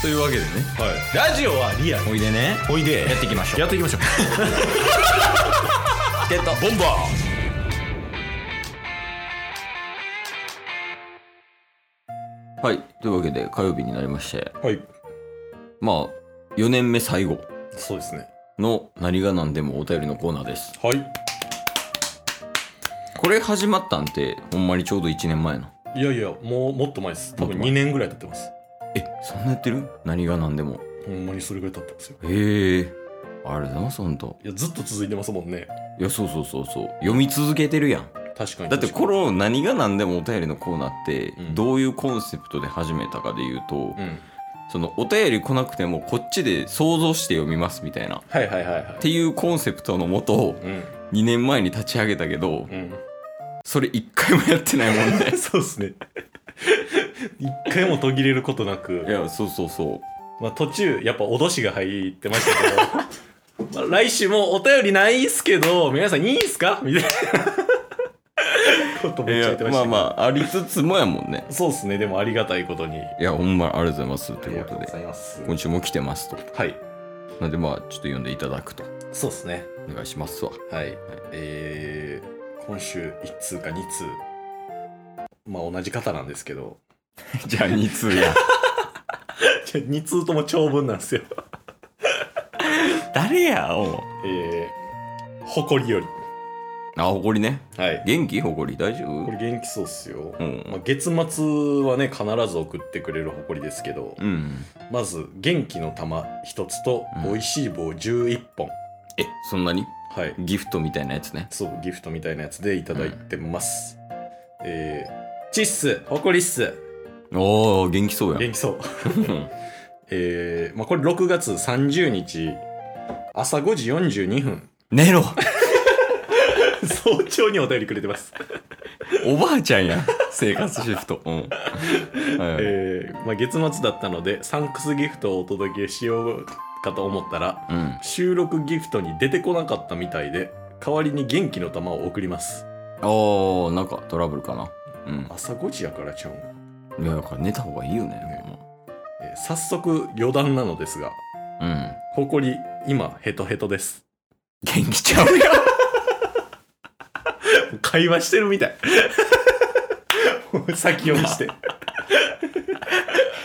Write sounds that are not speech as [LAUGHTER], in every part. というわけでねはい、ラジオはリアルおいでねおいでやっていきましょうやっていきましょうってたボンバはいというわけで火曜日になりましてーはいまあ4年目最後そうですねの何が何でもお便りのコーナーですはいこれ始まったんてほんまにちょうど1年前ないやいやもうもっと前です多分もっと前2年ぐらい経ってますえそんなやってる何が何でもほんまにそれぐらい経ってますよへえあれだなそんといやずっと続いてますもんねいやそうそうそうそう読み続けてるやん確かにだってこれの何が何でもお便りのコーナーってうんどういうコンセプトで始めたかで言うと、うんそのお便り来なくてもこっちで想像して読みますみたいなっはいはいはいはいていうコンセプトのもとうん2年前に立ち上げたけどうんそれ1回もやってないもん [LAUGHS] ねそうですね一回も途切れることなくいやそうそうそうまあ、途中やっぱ脅しが入ってました [LAUGHS] けどまあ来週もお便りないっすけど皆さんいいっすかみたいなこといめっちゃ言やってましまたあけどまあありつつもやもんねそうっすねでもありがたいことにいやほんまありがとうございますということありがとうでございます今週も来てますとはいなんでまあちょっと読んでいただくとそうっすねお願いしますわはい、えー、今週1通か2通まあ同じ方なんですけ [LAUGHS] どじゃあ2通や2通とも長文なんですよ [LAUGHS] 誰やお [LAUGHS] えー、誇りよりあ誇りねはい元気誇り大丈夫これ元気そうっすよ、うんまあ、月末はね必ず送ってくれる誇りですけど、うんまず元気の玉一つとうん美味しい棒11本、えそんなにはいギフトみたいなやつねそうギフトみたいなやつでいただいてます、えー、チッスホコリっすおー元気そうやん元気そううん [LAUGHS] えー、まあこれ6月30日朝5時42分寝ろ [LAUGHS] [LAUGHS] 早朝にお便りくれてます、おばあちゃんやん生活シフト [LAUGHS] うんはいはいえーまあ、月末だったのでサンクスギフトをお届けしようかと思ったらうん収録ギフトに出てこなかったみたいで代わりに元気の玉を送りますおーなんかトラブルかなう朝5時やからちゃうんいやだから寝た方がいいよねねえー早速余談なのですがほんまうん誇り今ヘトヘトです元気ちゃうよ会話してるみた [LAUGHS] い先読みして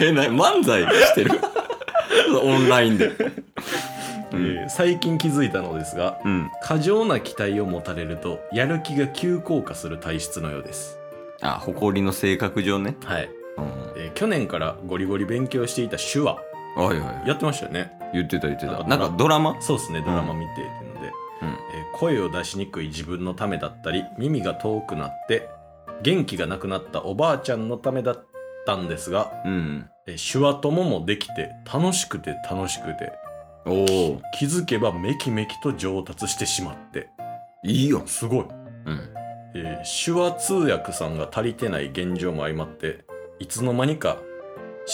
[LAUGHS] えな漫才してる [LAUGHS] オンラインでうえんー最近気づいたのですがうん過剰な期待を持たれるとやる気が急降下する体質のようですあ誇りの性格上ねはい、うんえー去年からゴリゴリ勉強していた手話はいはいやってましたよね言ってた言ってたななんんかかドラマそうですねドラマ見てっていうので、うんえー声を出しにくい自分のためだったり耳が遠くなって元気がなくなったおばあちゃんのためだったんですがうんえー手話とももできて楽しくて楽しくておお気づけばめきめきと上達してしまっていいよすごい、うんえー手話通訳さんが足りてない現状も相まっていつの間にか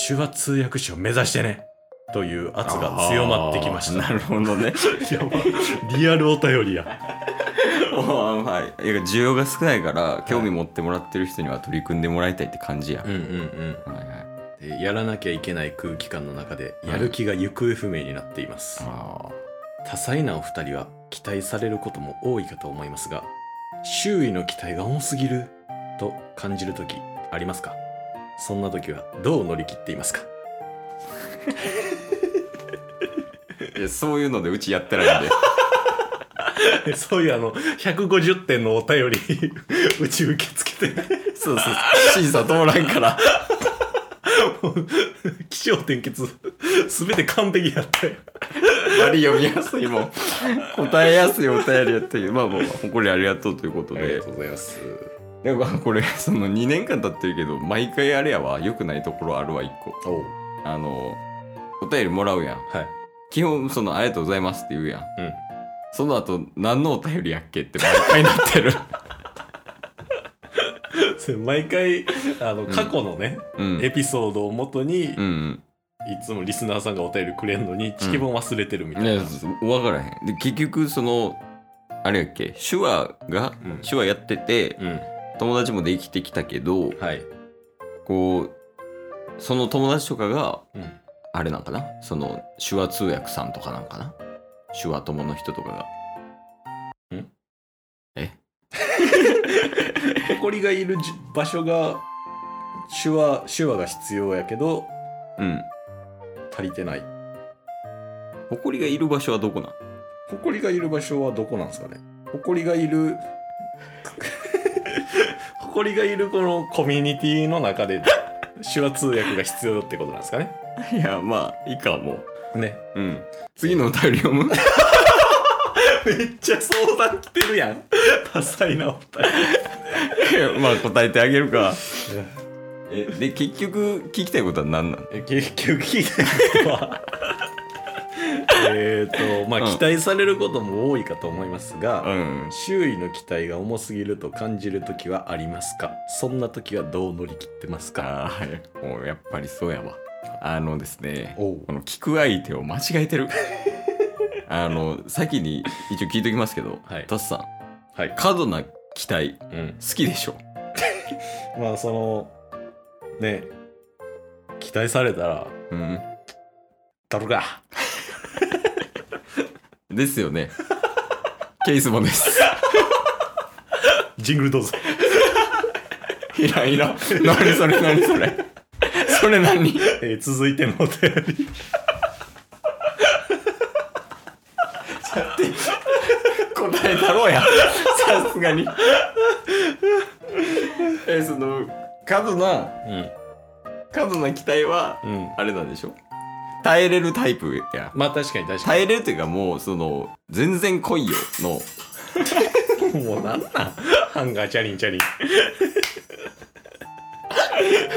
手話通訳士を目指してねという圧が強まってきましあたーなるほどね [LAUGHS] やばリアルお便りや [LAUGHS] おーはいいや需要が少ないから興味持ってもらってる人には取り組んでもらいたいって感じや、うんうんうんはいはいでやらなきゃいけない空気感の中でやる気が行方不明になっています、あ多彩なお二人は期待されることも多いかと思いますが周囲の期待が重すぎると感じる時ありますかそんな時はどう乗り切っていますかーいやそういうのでうちやってない [LAUGHS] んで [LAUGHS] そういうあの150点のお便り [LAUGHS] うち受け付けて [LAUGHS] そうそう [LAUGHS] 審査通らんから気象転結全て完璧やったよ割り読みやすいもん答えやすいお便りやっていうまあまあまあ誇りありがとうということでうございますでもこれその2年間経ってるけど毎回あれやわ良くないところあるわ1個おうあのお便りもらうやんはい基本その「ありがとうございます」って言うやんうんその後何のお便りやっけって毎回なってる [LAUGHS] それ毎回あのん過去のね、うんエピソードをもとに、ういんつもリスナーさんがお便りくれるのにチキボン忘れてるみうたんいな、ね分からへんで結局そのあれやっけ手話が、うん手話やっててうん友達もできてきたけどはい、こうその友達とかがうん、あれなんかなその手話通訳さんとかなんかな手話友の人とかがんえ誇りがいるじ場所が手話手話が必要やけどうん足りてない埃がいる場所はどこなん誇りがいる場所はどこなんですかね誇りがいる [LAUGHS] 誇りがいるこのコミュニティの中で手話通訳が必要ってことなんですかね [LAUGHS] いやまあいいかもねううん次のお便り読むめっちゃ相談来てるやん [LAUGHS] 多彩なお二いやまあ答えてあげるか人 [LAUGHS] えで結局聞きたいことは何なのえ結局聞いたこと [LAUGHS] はえっとまあうん期待されることも多いかと思いますが、うん周囲の期待が重すぎると感じる時はありますかそんな時はどう乗り切ってますかああもうやっぱりそうやわあのですねおうこの聞く相手を間違えてる [LAUGHS] あの先に一応聞いておきますけど、はいタスさんはい、過度な期待好うん、きでしょまあそのね期待されたらうん取るかですよねケースもですジングルどうぞ [LAUGHS] いらんいらん何それ何それそれ何えー続いてのお便り答えだろうやさすがにえその過度な過度な期待はうんうんあれなんでしょ耐えれるタイプやまあ確かに確か耐えれるというかもうその全然来いよのにもうなんなんハンガーチャリンチャリン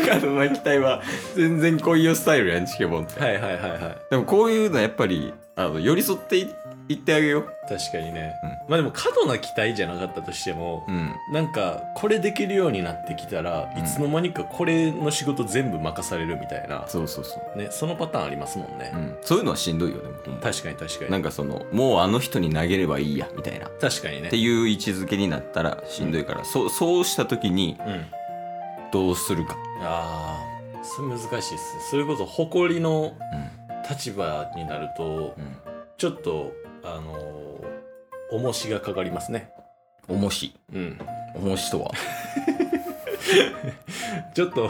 過度な期待は全然来いよスタイルやんチケボンってはいはいはいはいでもこういうのはやっぱりあの寄り添っていいってあげよう確かにね、うんまあでも過度な期待じゃなかったとしても、うんなんかこれできるようになってきたらうんいつの間にかこれの仕事全部任されるみたいな、そうそうそう、ね、そのパターンありますもんね、うん、そういうのはしんどいよでもほんま確かに確かになんかそのもうあの人に投げればいいやみたいなっ確かにねていう位置づけになったらしんどいから、そうそうした時にうんどうするか、ああそれ難しいっすねそれこそ誇りの立場になるとうんちょっとあのー重しがかかりますねうん、重しうん重しとはちょっと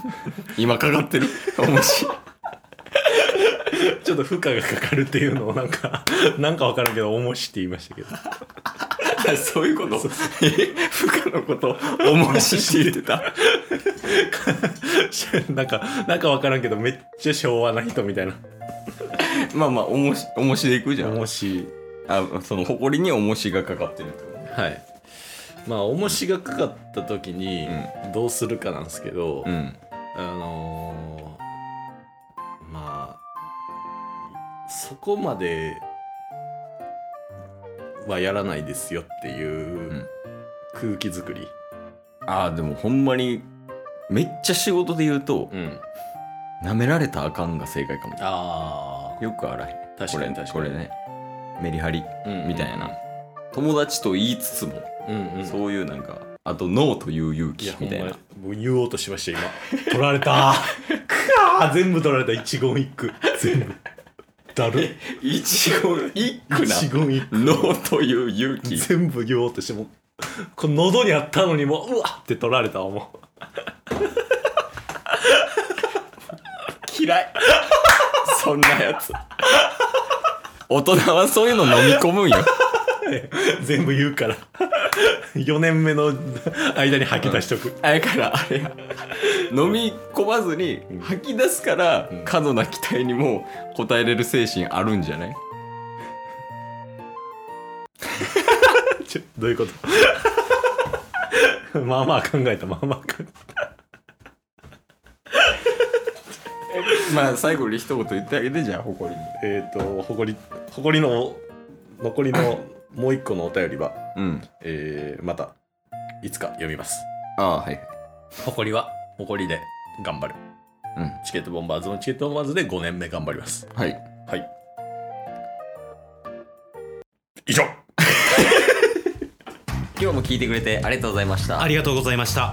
[LAUGHS] 今かかってる重しちょっと負荷がかかるっていうのをなんか [LAUGHS] なんかわからんけど重しって言いましたけど [LAUGHS] そういうこと負荷のこと重しって言ってた [LAUGHS] なんかなんかわからんけどめっちゃ昭和な人みたいな [LAUGHS] まあまあ重し重しでいくじゃん重しあその誇りに重しがかかってるってこはいまあ重しがかかった時にどうするかなんですけとど、うんあのーまあそこまではやらないですよっていう空気作り、ああでもほんまにめっちゃ仕事で言うとうん、舐められたらあかんが正解かもあよくあらへんあ確かに確かにこれこれねメリハリうんみたいな、友達と言いつつも、うんうん、そういうなんかあとノーという勇い気やほみんたまいになもう言おうとしました今取られたくわー全部取られた一言一句全部だ [LAUGHS] る一言一句な一言一句ノーという勇気全部言おうとしてもこの喉にあったのにもううわって取られたわも嫌いそんなやつ大人はそういうの飲み込むんよう全部言うから4年目の間に吐き出しとく、だからあれや飲み込まずにうん吐き出すから、うん過度な期待にも応えれる精神あるんじゃないちょどういうことまあまあ考えたまあまあ考えまあ最後に一言言ってあげてじゃあ誇りにたえっ、と誇り誇りの残りのもう一個のお便りはうんえーまたいつか読みますああはい誇りは誇りで頑張るうんチケットボンバーズのチケットボンバーズで5年目頑張りますはいはい。以上今日も聞いてくれてありがとうございましたありがとうございました。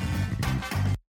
す